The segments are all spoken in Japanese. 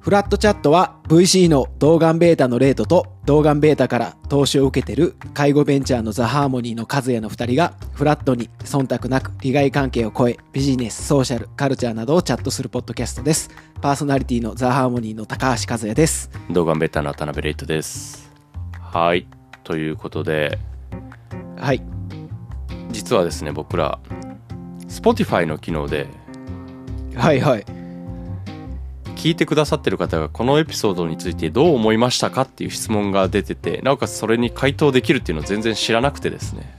フラットチャットは VC の動眼ベータのレートと動眼ベータから投資を受けてる介護ベンチャーのザ・ハーモニーの和也の2人がフラットに忖度なく利害関係を超えビジネス、ソーシャル、カルチャーなどをチャットするポッドキャストです。パーソナリティのザ・ハーモニーの高橋和也です。動画ベタの田辺レイトです。はい。ということで、はい。実はですね、僕ら、Spotify の機能で、はいはい。聞いてくださってる方がこのエピソードについてどう思いましたかっていう質問が出てて、なおかつそれに回答できるっていうのを全然知らなくてですね。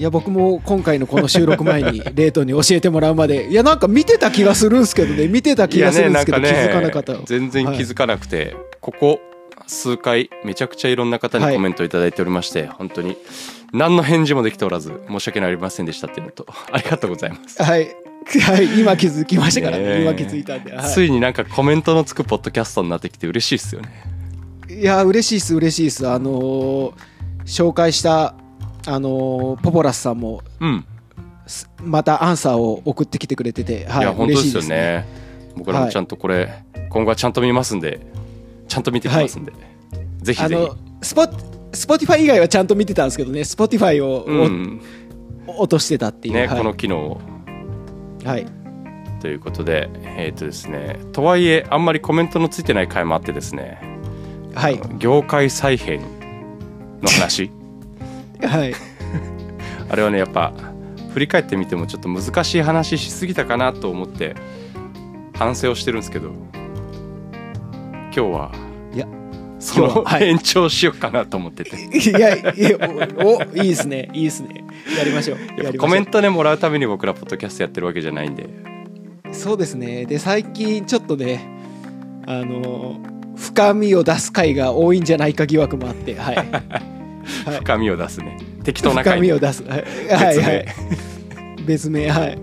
いや僕も今回のこの収録前にレートに教えてもらうまでいやなんか見てた気がするんですけどね見てた気がするんですけど、気づかなかった全然気づかなくて、ここ数回めちゃくちゃいろんな方はにいコメントいただいておりまして、本当に何の返事もできておらず申し訳ありませんでしたっていうのと ありがとうございます、はい、はい、今気づきましたからね、ねえ今気づいたんで、はついになんかコメントのつくポッドキャストになってきて嬉しいですよねい、いや嬉しいです嬉しいですあのー紹介したあのーポポラスさんもうん、すまたアンサーを送ってきてくれてて、はいい、や本当で嬉しいすでよすねね僕らもちゃんとこれ、今後はちゃんと見ますんでちゃんと見てきますんで、ぜひあぜひのスポスポティファイ以外はちゃんと見てたんですけどねスポティファイを、うんお落としてたっていう、ね、はいこの機能をはいということでえっ、とですねとはいえあんまりコメントのついてない回もあってですねはい業界再編の話はいあれはねやっぱ振り返ってみてもちょっと難しい話しすぎたかなと思って反省をしてるんですけど今日はいやそ今日のははい延長しようかなと思ってて、いやいやおおいいですねいいですねやりましょう ややっぱりましょコうメントねもらうために僕らポッドキャストやってるわけじゃないんでそうですねで最近ちょっとねあの深みを出す回が多いんじゃないか疑惑もあってはい、はい、深みを出すね適当な回深みを出すはいはいはい別名はい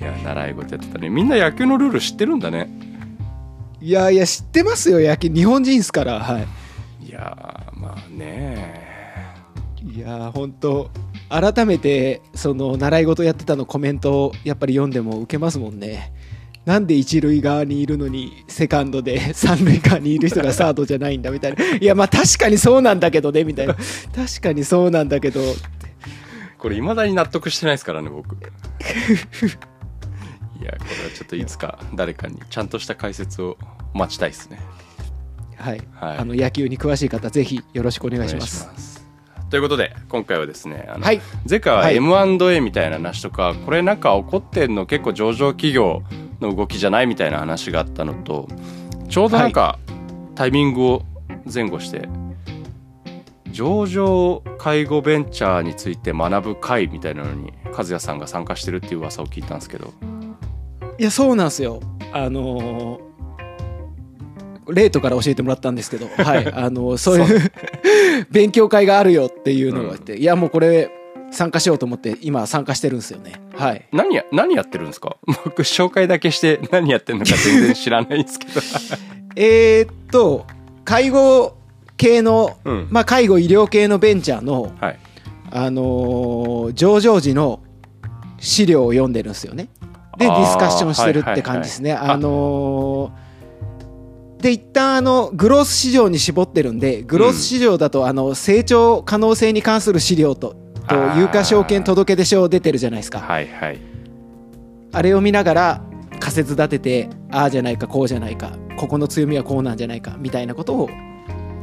いや習い事やってたねみんな野球のルール知ってるんだねいやいや知ってますよ野球日本人ですからはいいやーまあねいやー本当改めてその習い事やってたのコメントをやっぱり読んでも受けますもんねなんで一塁側にいるのにセカンドで 三塁側にいる人がサードじゃないんだみたいないやまあ確かにそうなんだけどねみ たいな確かにそうなんだけどこれ未だに納得してないですからね僕いやこれはちょっといつか誰かにちゃんとした解説を待ちたいですねはい、はいあの野球に詳しい方ぜひよろしくお願いしますお願いしますということで今回はですねあの、はい前回ははい M&A みたいな話とか、これなんか起こってんの結構上場企業の動きじゃないみたいな話があったのとちょうどなんかタイミングを前後して、上場介護ベンチャーについて学ぶ会みたいなのに和也さんが参加してるっていう噂を聞いたんですけどいやそうなんですよあのーレートから教えてもらったんです けど、はい、あのーそういう 勉強会があるよっていうのがあって、いやもうこれ参加しようと思って今参加してるんですよねはい何や何やってるんですか 僕紹介だけして何やってるのか全然知らないんですけ ど えーっと介護系の、うんまあ介護医療系のベンチャーの、はいあのー上場時の資料を読んでるんですよね。でデあーィスカッションしてるって感じですね。はいはいはいあのーで一旦あのグロース市場に絞ってるんでグロース市場だとあの成長可能性に関する資料と。とあー有価証券届出書出てるじゃないですかはいはいあれを見ながら仮説立ててああじゃないかこうじゃないかここの強みはこうなんじゃないかみたいなことを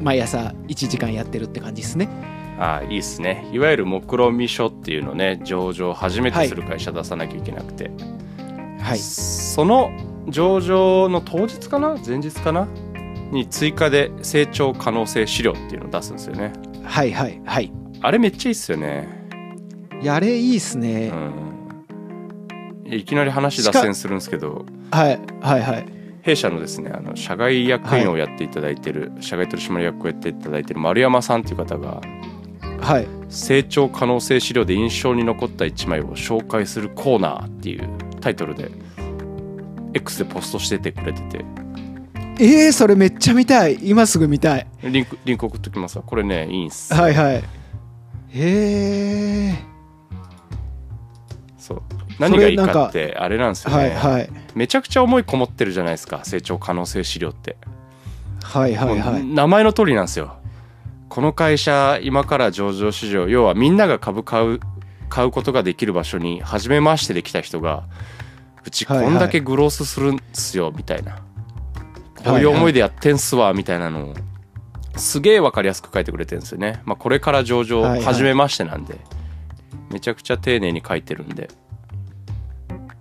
毎朝1時間やってるって感じですねああいいっすねいわゆる目論見書っていうのね上場初めてする会社出さなきゃいけなくて、はいその上場の当日かな前日かなに追加で成長可能性資料っていうのを出すんですよねはいはいはいあれめっちゃいいっすよね、いやあれいいっすね、うん、いきなり話脱線するんですけどはいはいはい弊社のですねあの社外役員をやっていただいてる、社外取締役をやっていただいてる丸山さんっていう方がはい成長可能性資料で印象に残った1枚を紹介するコーナーっていうタイトルで X でポストしててくれててえー、それめっちゃ見たい今すぐ見たいリンクリンク送っときますわこれねいいんすはいはいへえそう何がいいかってあれなんですよね、はいはいめちゃくちゃ思いこもってるじゃないですか成長可能性資料って、はいはいはもいう名前の通りなんですよこの会社今から上場市場要はみんなが株買う買うことができる場所に初めましてできた人がうちこんだけグロースするんすよみたいな、こういう思いでやってんすわみたいなのをすげえ分かりやすく書いてくれてるんですよね、まあ、これから上場はいはい初めましてなんで、めちゃくちゃ丁寧に書いてるんで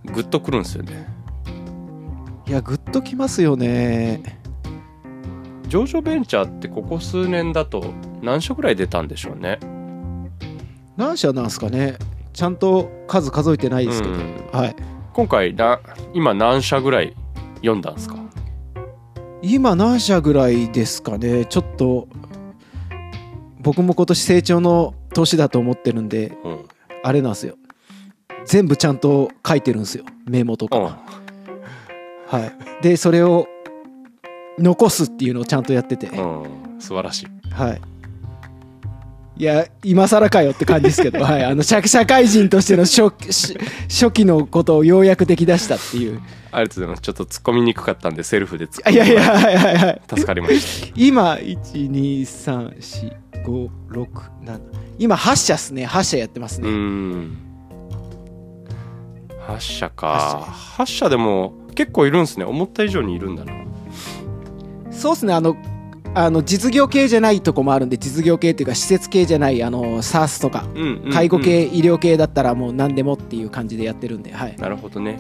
グッとくるんですよねいやグッときますよね上場ベンチャーってここ数年だと何社ぐらい出たんでしょうね何社なんですかねちゃんと数数えてないですけど、うんはい今回な今何社ぐらい読んだんですか今何社ぐらいですかねちょっと僕も今年成長の年だと思ってるんでうん、うん、あれなんですよ全部ちゃんと書いてるんですよメモとか、はいでそれを残すっていうのをちゃんとやってて、うん、素晴らしいはいいや今更かよって感じです けど、はい、あの社社会人としての初し初期のことをようやくできだしたって いうありがとうございますちょっと突っ込みにくかったんでセルフで突っ込あいんでやいやはいはいはい助かりまし今1234567今8社っすね8社やってます たうね、ん8社か8社でも結構いるんですね思った以上にいるんだなそうっすねあのあの実業系じゃないとこもあるんで実業系っていうか施設系じゃないあの SARS とかうんうんうん介護系、医療系だったらもう何でもっていう感じでやってるんではいなるほどね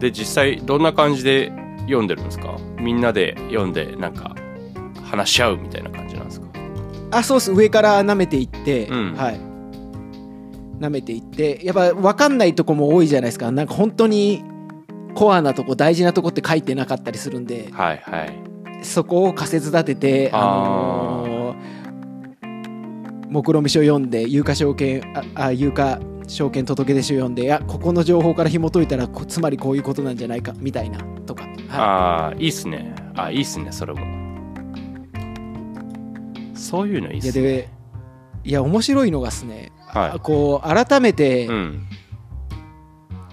で実際どんな感じで読んでるんですかみんなで読んでなんか話し合うみたいな感じなんですかあそうっす上から舐めていって、うんはい舐めていってやっぱ分かんないとこも多いじゃないですかなんか本当にコアなとこ大事なとこって書いてなかったりするんではいはいそこを仮説立ててあのー目論見書読んで有価証券ああ有価証券届出書読んでいやここの情報から紐解いたらこつまりこういうことなんじゃないかみたいなとか、はああいいっすねあいいっすねそれもそういうのいいい、っいやすねでいや面白いのがですね、はこう改めて、いうん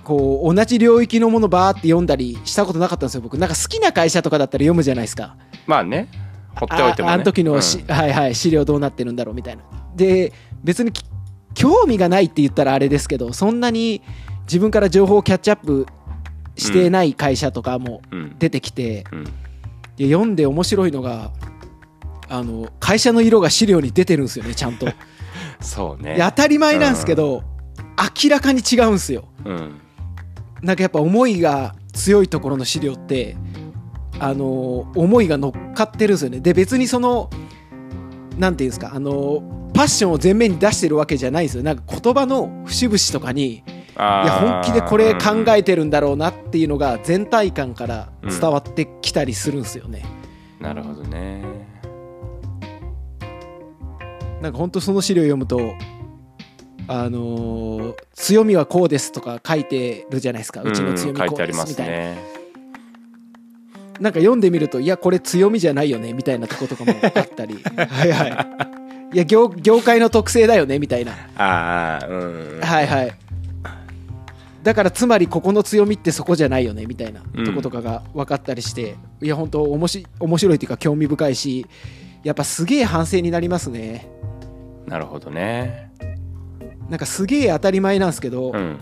こう同じ領域のものバーって読んだりしたことなかったんですよ僕なんか好きな会社とかだったら読むじゃないですかまあね放っておいてもあねあの時のし、はいはい、資料どうなってるんだろうみたいなで別にき興味がないって言ったらあれですけどそんなに自分から情報をキャッチアップしてない会社とかもうんうん出てきて、うんで読んで面白いのがあの会社の色が資料に出てるんですよねちゃんとでそうね当たり前なんですけど、明らかに違うんですようんなんかやっぱ思いが強いところの資料ってあのー思いが乗っかってるんですよねで別にそのなんていうんですかあのーパッションを前面に出してるわけじゃないんですよなんか言葉の節々とかにいあーや本気でこれ考えてるんだろうなっていうのが全体感から伝わってきたりするんですよね、うんなるほどねなんか本当その資料読むとあのー強みはこうですとか書いてるじゃないですかうちの強みん書いこうてあでりすまみすたいな、ねなんか読んでみるといやこれ強みじゃないよねみたいなとことかもあった りはいはいいや業業界の特性だよねみたいなああうんはいはいだからつまりここの強みってそこじゃないよねみたいなとことかが分かったりして、いや本当おもし面白いというか興味深いしやっぱすげえ反省になりますねなるほどねなんかすげえ当たり前なんですけど、うん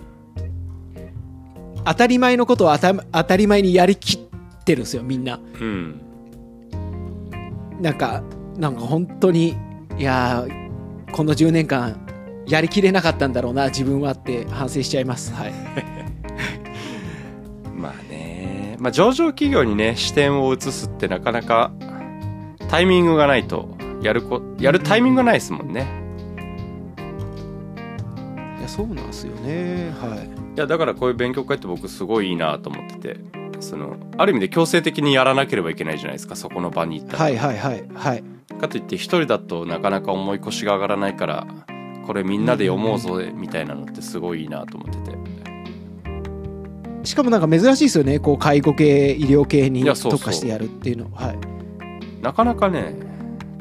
当たり前のことを当た当たり前にやりきってるんですよみんなうんなんかなんか本当にいやーこの10年間やりきれなかったんだろうな自分はって反省しちゃいますはいまあね、まあ、上場企業にね視点を移すってなかなかタイミングがないとやるこやるタイミングがないですもんね。いやそうなんですよねはいいやだからこういう勉強会って僕すごいいいなと思っててそのある意味で強制的にやらなければいけないじゃないですかそこの場に行ったら。はいはいはいはいかといって一人だとなかなか重い腰が上がらないからこれみんなで読もうぞみたいなのってすごいいいなと思ってて。しかもなんか珍しいですよねこう介護系医療系にいやそうそう特化してやるっていうのはいなかなかね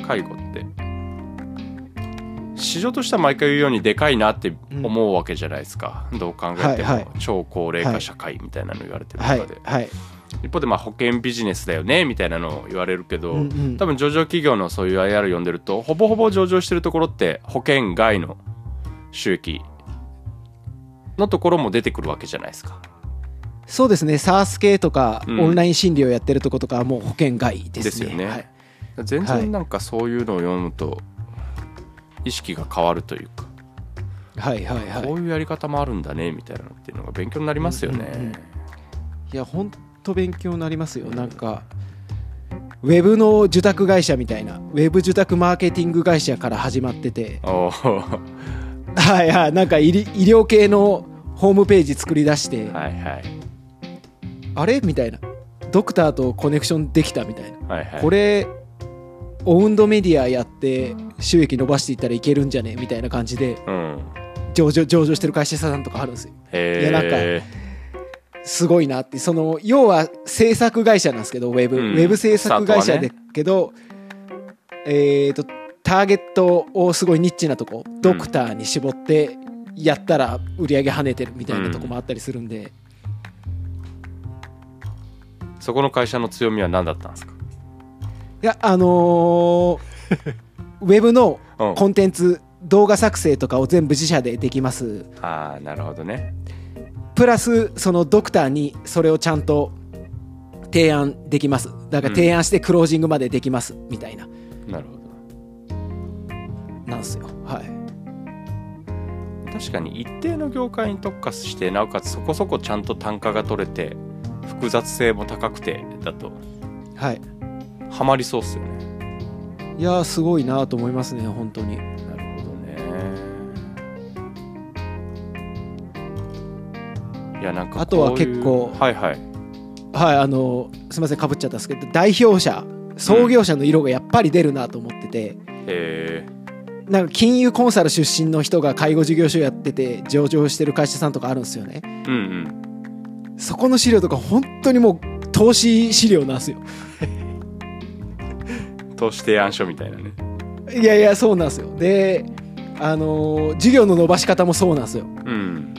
介護って市場としては毎回言うようにでかいなって思うわけじゃないですか、どう考えても、はいはい超高齢化社会みたいなの言われてるは中いで、はい一方でまあ保険ビジネスだよねみたいなのを言われるけど、うんうん多分上場企業のそういう IR 読んでるとほぼほぼ上場してるところって保険外の収益のところも出てくるわけじゃないですか。そうですね SARS 系とか、うんオンライン診療やってるとことかはもう保険外ですねですよねはい、全はい然なんかそういうのを読むと意識が変わるというか、はいはいはいこういうやり方もあるんだねみたいなのっていうのが勉強になりますよね。うんうんうんいやほんと勉強になりますよなんかウェブの受託会社みたいなウェブ受託マーケティング会社から始まってて おーはいはいなんか医り医療系のホームページ作り出して、はいはいあれみたいなドクターとコネクションできたみたいな、はいはい。これオウンドメディアやって収益伸ばしていったらいけるんじゃねみたいな感じでうん。上場上場してる会社さんとかあるんですよいやなんかへすごいなってその要は制作会社なんですけどウェブ、うんウェブ制作会スタ社ートはだねけど、えっ、とターゲットをすごいニッチなとこドクターに絞ってやったら売り上げ跳ねてるみたいなとこもあったりするんで、ーそこの会社の強みは何だったんですかいやあのーウェブのうんコンテンツ動画作成とかを全部自社でできますああなるほどね。プラスそのドクターにそれをちゃんと提案できますだから提案してクロージングまでできますみたいな、なるほど。なんですよはい確かに一定の業界に特化してなおかつそこそこちゃんと単価が取れて複雑性も高くてだとはい、ハマりそうっすよねいやーすごいなと思いますね本当になるほどねいやなんかこういうあとは結構はいはいはいあのすみませんかぶっちゃったんですけど代表者創業者の色がやっぱり出るなと思ってて、えなんか金融コンサル出身の人が介護事業所やってて上場してる会社さんとかあるんですよねー、うんそこの資料とか本当にもう投資資料なんですようん投資提案書みたいなねいやいやそうなんですよであのー事業の伸ばし方もそうなんですようん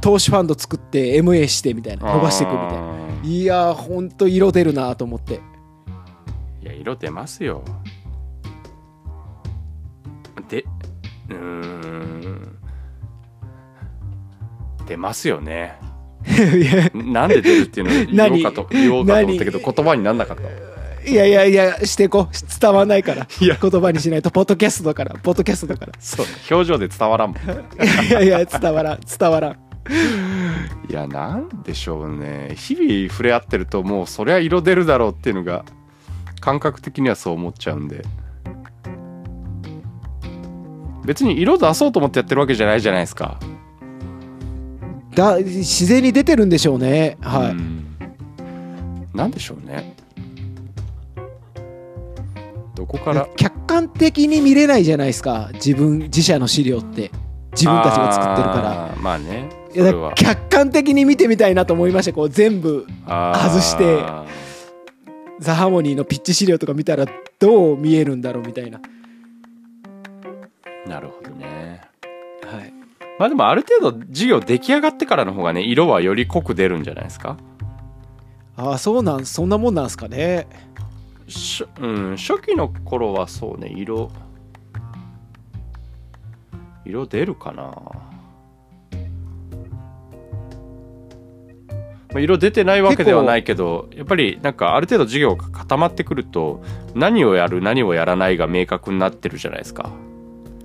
投資ファンド作って MA してみたいな伸ばしていくみたいなないやーほんと色出るなと思って いや色出ますよでうーん出ますよねいやなんで出るっていう のを言おうかと言おうかと思ったけど何言葉になんなかったいやいやいや、してこう。伝わらないから。いや言葉にしないと、ポッドキャストだから、ポッドキャストだかそう表情で伝わらんもんら。いやいや、伝わらん、伝わらん。いやなんでしょうね日々触れ合ってるともうそりゃ色出るだろうっていうのが感覚的にはそう思っちゃうんで別に色出そうと思ってやってるわけじゃないじゃないですかだ、自然に出てるんでしょうね。はい。うんなんでしょうねどこから客観的に見れないじゃないですか。自分、自社の資料って。自分たちが作ってるから。らまあねいやそれだは客観的に見てみたいなと思いました。こう、全部、あー外してザ・ハーモニーのピッチ資料とか見たら、どう見えるんだろうみたいな。なるほどねはい。まあでもある程度授業出来上がってからの方がね色はより濃く出るんじゃないですかああ、そうなん、そんなもんなんすかね。しょうん、初期の頃はそうね色色出るかな、まあ、色出てないわけではないけどやっぱりなんかある程度授業が固まってくると何をやる何をやらないが明確になってるじゃないですか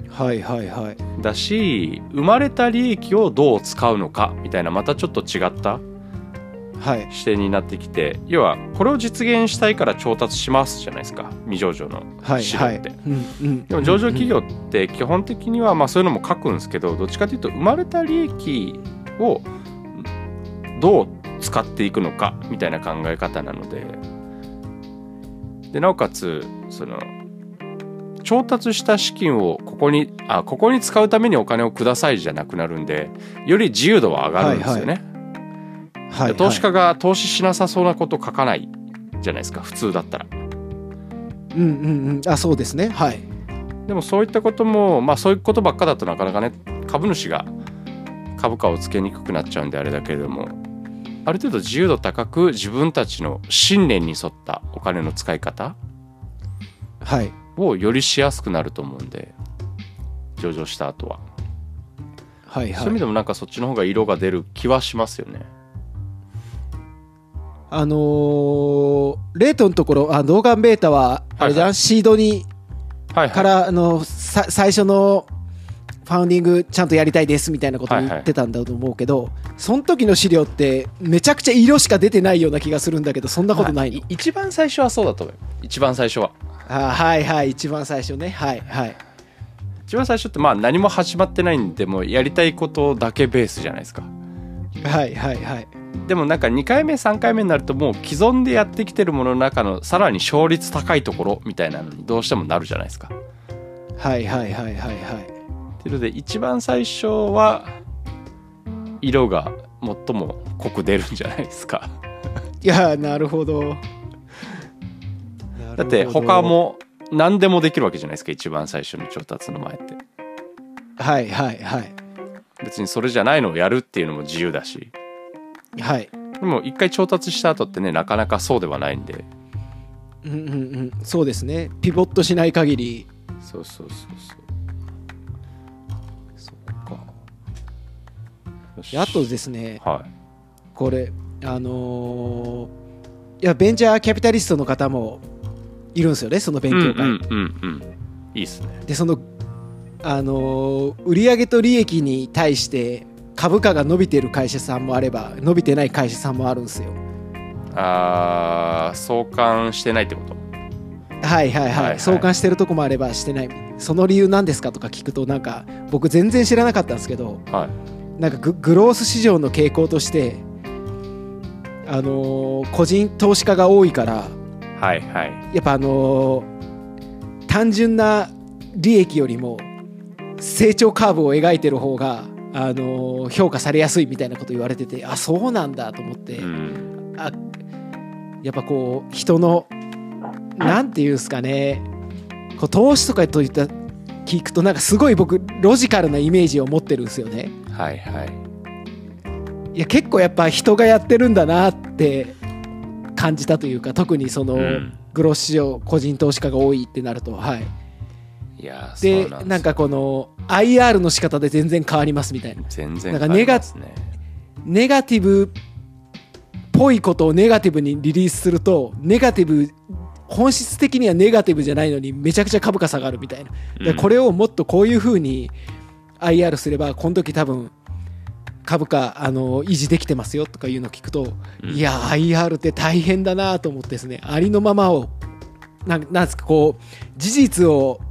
はいはいはい。だし生まれた利益をどう使うのかみたいなまたちょっと違ったはい。視点になってきて要はこれを実現したいから調達しますじゃないですか未上場のはい資料っはて。い。うんうん。でも上場企業って基本的にはまあそういうのも書くんですけどどっちかというと生まれた利益をどう使っていくのかみたいな考え方なのででなおかつその調達した資金をここにあここに使うためにお金をくださいじゃなくなるんでより自由度は上がるんですよね。はいはい。投資家が投資しなさそうなこと書かないじゃないですか普通だったら。うんうんうんあそうですねはいでもそういったことも、まあ、そういうことばっかだとなかなかね株主が株価をつけにくくなっちゃうんであれだけれどもある程度自由度高く自分たちの信念に沿ったお金の使い方はいをよりしやすくなると思うんで上場した後は、はいそはういう意味いでもなんかそっちの方が色が出る気はしますよねあのーレートのところあ動画ベータはあれじゃん、はいはシードにはいはかいらあのさ最初のファウンディングちゃんとやりたいですみたいなことを言ってたんだと思うけど、その時の資料ってめちゃくちゃ色しか出てないような気がするんだけどそんなことないの、まあ一番最初はそうだと思うよ一番最初はあはいはい一番最初ねはいはい一番最初ってまあ何も始まってないんでもうやりたいことだけベースじゃないですかはいはいはいでもなんか2回目3回目になるともう既存でやってきてるものの中のさらに勝率高いところみたいなのにどうしてもなるじゃないですか。っはいはいはいはいはいていうので一番最初は色が最も濃く出るんじゃないですか。いやーなるほどだって他も何でもできるわけじゃないですか一番最初の調達の前って。はいはいはい別にそれじゃないのをやるっていうのも自由だしはいでも一回調達した後ってねなかなかそうではないんでうんうんうんそうですねピボットしない限りそうそうそうそうそうかよしあとですねはいこれあのーいやベンチャーキャピタリストの方もいるんですよねその勉強会、うんうんうんうんいいっすねでそのあのー売上と利益に対して株価が伸びてる会社さんもあれば伸びてない会社さんもあるんですよあー相関してないってことはいはいはい、はいはい相関してるとこもあればしてないその理由なんですかとか聞くとなんか僕全然知らなかったんですけどはいなんかググロース市場の傾向としてあのー個人投資家が多いからはいはいやっぱあのー単純な利益よりも成長カーブを描いてる方が、あのー評価されやすいみたいなこと言われててあそうなんだと思って、うんあやっぱこう人のなんていうんですかねこう投資とかといった聞くとなんかすごい僕ロジカルなイメージを持ってるんですよね。はいはいいや結構やっぱ人がやってるんだなって感じたというか特にその、うんグロス市場個人投資家が多いってなるとはいいやーでそうななんんすかこの IR の仕方で全然変わりますみたいな全然なんかネガ変わりますねネガティブっぽいことをネガティブにリリースするとネガティブ本質的にはネガティブじゃないのにめちゃくちゃ株価下がるみたいな、でうんこれをもっとこういうふうに IR すればこの時多分株価あの維持できてますよとかいうのを聞くと、うんいや IR って大変だなと思ってですねありのままをなんなんですかこう事実を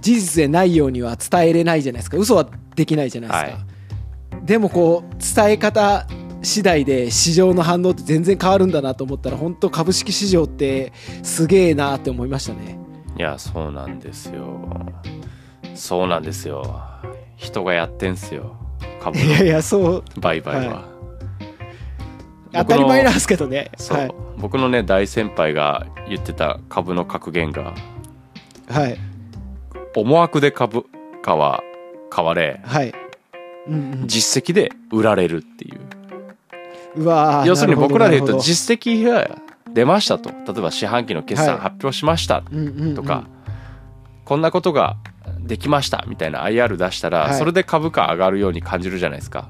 事実でないようには伝えれないじゃないですか嘘はできないじゃないですか、でもこう伝え方次第で市場の反応って全然変わるんだなと思ったら本当株式市場ってすげえなって思いましたねいやそうなんですよそうなんですよ人がやってんすよ株いやいのやそう売買は、は当たり前なんですけどねそう、はい僕のね大先輩が言ってた株の格言がはい思惑で株価は買われはい、うんうん実績で売られるっていううわー要するになほ僕どらで言うとなるほど実績が出ましたと例えば四半期の決は算い発表しましたうんうんうんとか、こんなことができましたみたいな IR 出したら、はいそれで株価上がるように感じるじゃないですか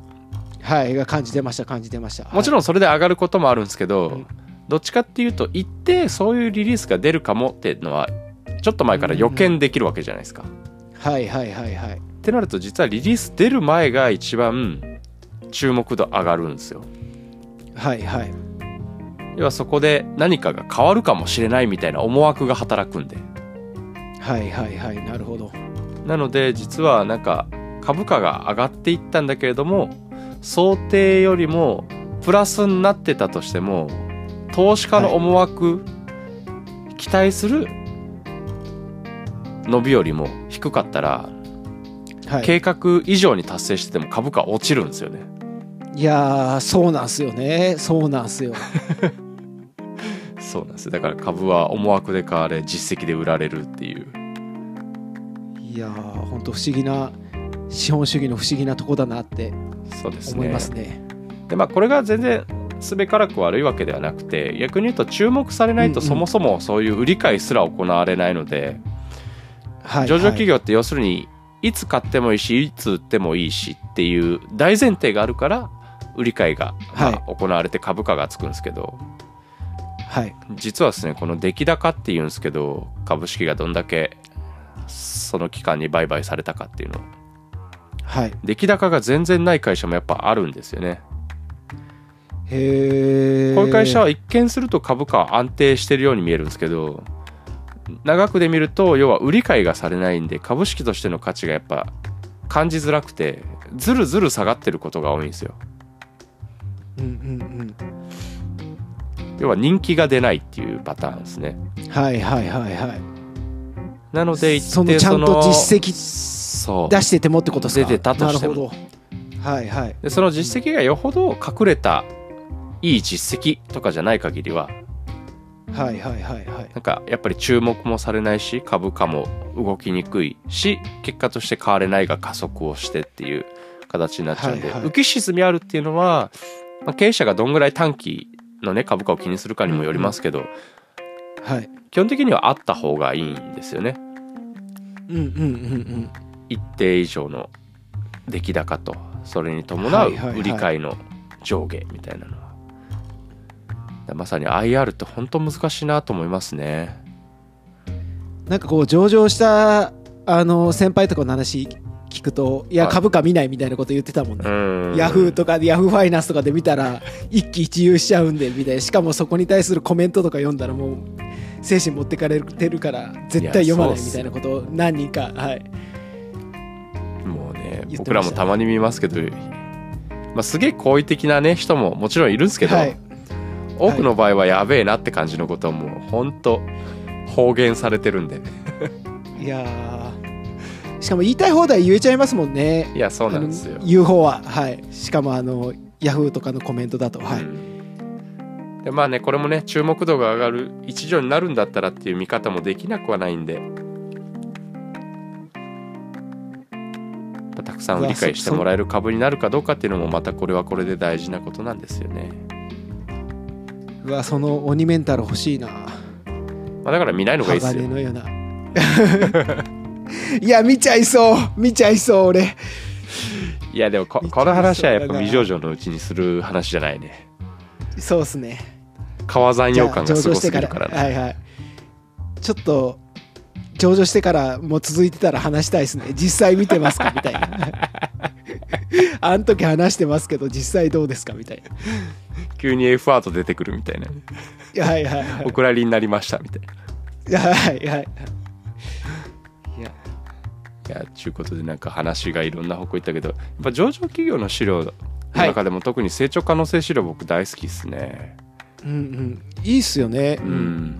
はいが感じてました感じてましたもちんろんそれで上がることもあるんですけど、うんどっちかっていうと一定そういうリリースが出るかもっていうのはちょっと前から予見できるわけじゃないですか、はいはいはいはいってなると実はリリース出る前が一番注目度上がるんですよはいはい要はそこで何かが変わるかもしれないみたいな思惑が働くんではいはいはいなるほどなので実はなんか株価が上がっていったんだけれども想定よりもプラスになってたとしても投資家の思惑、期待する伸びよりも低かったらはい計画以上に達成してても株価落ちるんですよね。いやーそうなんすよねそうなんすよそうなんですよだから株は思惑で買われ実績で売られるっていういいやー本当不思議な資本主義の不思議なとこだなってそうですね思いますね。でまあこれが全然すべからく悪いわけではなくて逆に言うと注目されないとうんうんそもそもそういう売り買いすら行われないので、はい、上場企業って要するにいつ買ってもいいしいつ売ってもいいしっていう大前提があるから売り買いが、まあは行われて株価がつくんですけどはい、はい実はですねこの出来高っていうんですけど株式がどんだけその期間に売買されたかっていうのはい出来高が全然ない会社もやっぱあるんですよね。へえ。こういう会社は一見すると株価は安定してるように見えるんですけど長くで見ると要は売り買いがされないんで株式としての価値がやっぱ感じづらくてずるずる下がってることが多いんですようんうん要は人気が出ないっていうパターンですねうん。はいはいはいはい。なのでそのちゃんと実績績出しててもってことですか出てたとしてもなるほど。はいはい。でその実績がよほど隠れたいい実績とかじゃない限りははいはいはいはい。なんかやっぱり注目もされないし株価も動きにくいし結果として買われないが加速をしてっていう形になっちゃうんで、はいはい浮き沈みあるっていうのは、まあ経営者がどんぐらい短期のね株価を気にするかにもよりますけど、はい。基本的にはあった方がいいんですよねうんうんうん一定以上の出来高とそれに伴はういはいはい売り買いの上下みたいなのは,、まさに IR って本当難しいなと思いますね。うん。なんかこう上場したあの先輩とかの話聞くと、いやはい株価見ないみたいなこと言ってたもんね。うんヤフーとかでヤフーファイナンスとかで見たら一喜一憂しちゃうんでみたいなしかもそこに対するコメントとか読んだらもう精神持ってかれてるから絶対読まないみたいなことを何人かはいもうね言ってましたね僕らもたまに見ますけど、まあ、すげえ好意的なね人ももちろんいるんですけど、はい多くの場合はやべえなって感じのことはもうほんと方言されてるんでいやーしかも言いたい放題言えちゃいますもんねいやそうなんですよあの、言う方ははいしかもあのヤフーとかのコメントだとはういんでまあねこれもね注目度が上がる一助になるんだったらっていう見方もできなくはないんでまあたくさん理解してもらえる株になるかどうかっていうのもまたこれはこれで大事なことなんですよね。うわその鬼メンタル欲しいなまあ、だから見ないのがいいですよ鋼。のような いや見ちゃいそう見ちゃいそう俺いやでもこめっちゃこの話はやっそうぱだな未上場のうちにする話じゃないねそうっすね川山じゃ洋あ感がすごすぎるからねはいはいちょっと上場してからもう続いてたら話したいですね実際見てますかみたい なあん時話してますけど実際どうですかみたい急に F アート出てくるみたいななはいはいはいお蔵入りになりましたみたいなはいはいいやちゅうことでなんか話がいろんな方向行ったけどやっぱ上場企業の資料の中でも特に成長可能性資料僕大好きですね、うんうんいいっすよね、うん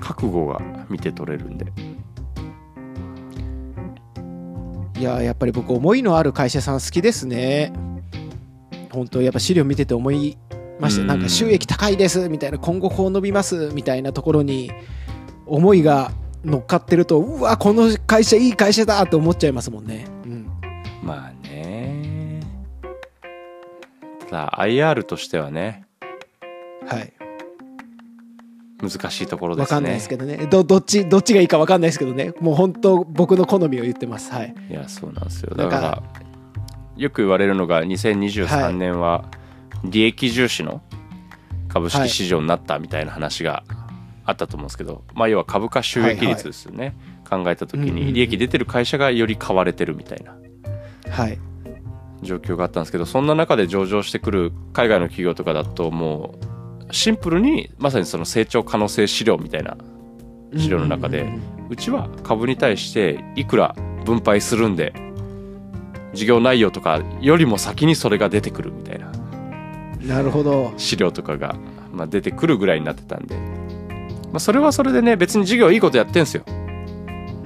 覚悟が見て取れるんでいややっぱり僕思いのある会社さん好きですね本当やっぱ資料見てて思いましたうんなんか収益高いですみたいな今後こう伸びますみたいなところに思いが乗っかってるとうわこの会社いい会社だと思っちゃいますもんね、うん、まあねただ IR としてはねはい難しいところで分すねかんないですけどねどどっちどっちがいいか分かんないですけどねもう本当僕の好みを言ってますはいいやそうなんですよなだんかからよく言われるのがは2023い年は利益重視の株はい式市場になったみたいな話があったと思うんですけど、まあ要は株価収益率ですよね、考えた時うんうんうにん利益出てる会社がより買われてるみたいなはい状況があったんですけどそんな中で上場してくる海外の企業とかだともうシンプルにまさにその成長可能性資料みたいな資料の中でうんうんうんうちは株に対していくら分配するんで事業内容とかよりも先にそれが出てくるみたいなうんなるほど資料とかが、まあ、出てくるぐらいになってたんで、まあ、それはそれでね別に事業いいことやってんすようんうんう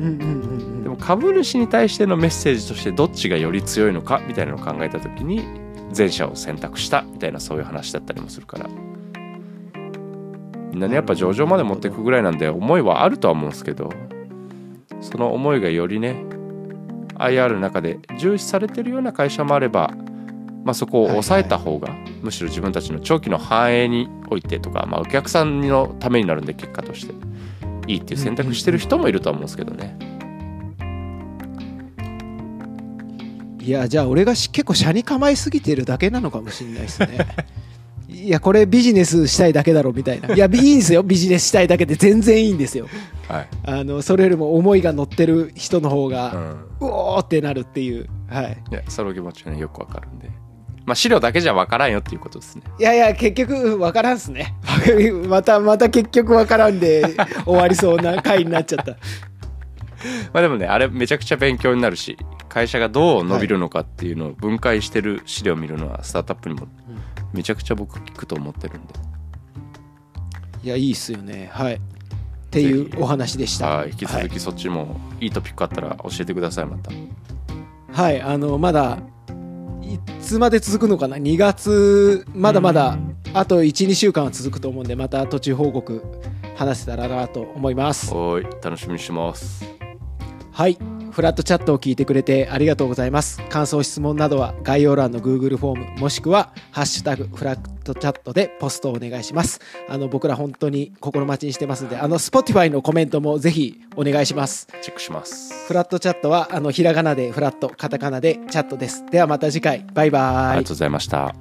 んうでんも株主に対してのメッセージとしてどっちがより強いのかみたいなのを考えた時に前者を選択したみたいなそういう話だったりもするからみんなねやっぱ上場まで持っていくぐらいなんで思いはあるとは思うんですけどその思いがよりね IR の中で重視されてるような会社もあれば、まあ、そこを抑えた方が、むしろ自分たちの長期の繁栄においてとか、まあ、お客さんのためになるんで結果としていいっていう選択してる人もいるとは思うんですけどね。いやじゃあ俺がし結構車に構えすぎてるだけなのかもしれないですね いやこれビジネスしたいだけだろみたいないや びいいんですよビジネスしたいだけで全然いいんですよはいあのそれよりも思いが乗ってる人の方が、ううんおーってなるっていうはいいやその気持ちはねよくわかるんで、まあ、資料だけじゃわからんよっていうことですねいやいや結局分からんっすね またまた結局分からん で終わりそうな回になっちゃったまあでもねあれめちゃくちゃ勉強になるし会社がどう伸びるのかっていうのを分解してる資料を見るのはスタートアップにもめちゃくちゃ僕聞くと思ってるんで、いやいいっすよねはいっていぜうひお話でしたはい引きは続いきそっちもいいトピックあったら教えてくださいまたはい、あのまだいつまで続くのかな2月まだまうだんあと12週間は続くと思うんでまた途中報告話せたらなと思いますおーい楽しみにしてますはいフラットチャットを聞いてくれてありがとうございます感想質問などは概要欄の Google フォームもしくは「ハッシュタグフラットチャット」でポストをお願いしますあの僕ら本当に心待ちにしてますんであの Spotify のコメントもぜひお願いしますチェックしますフラットチャットはあのひらがなでフラットカタカナでチャットですではまた次回バイバイありがとうございました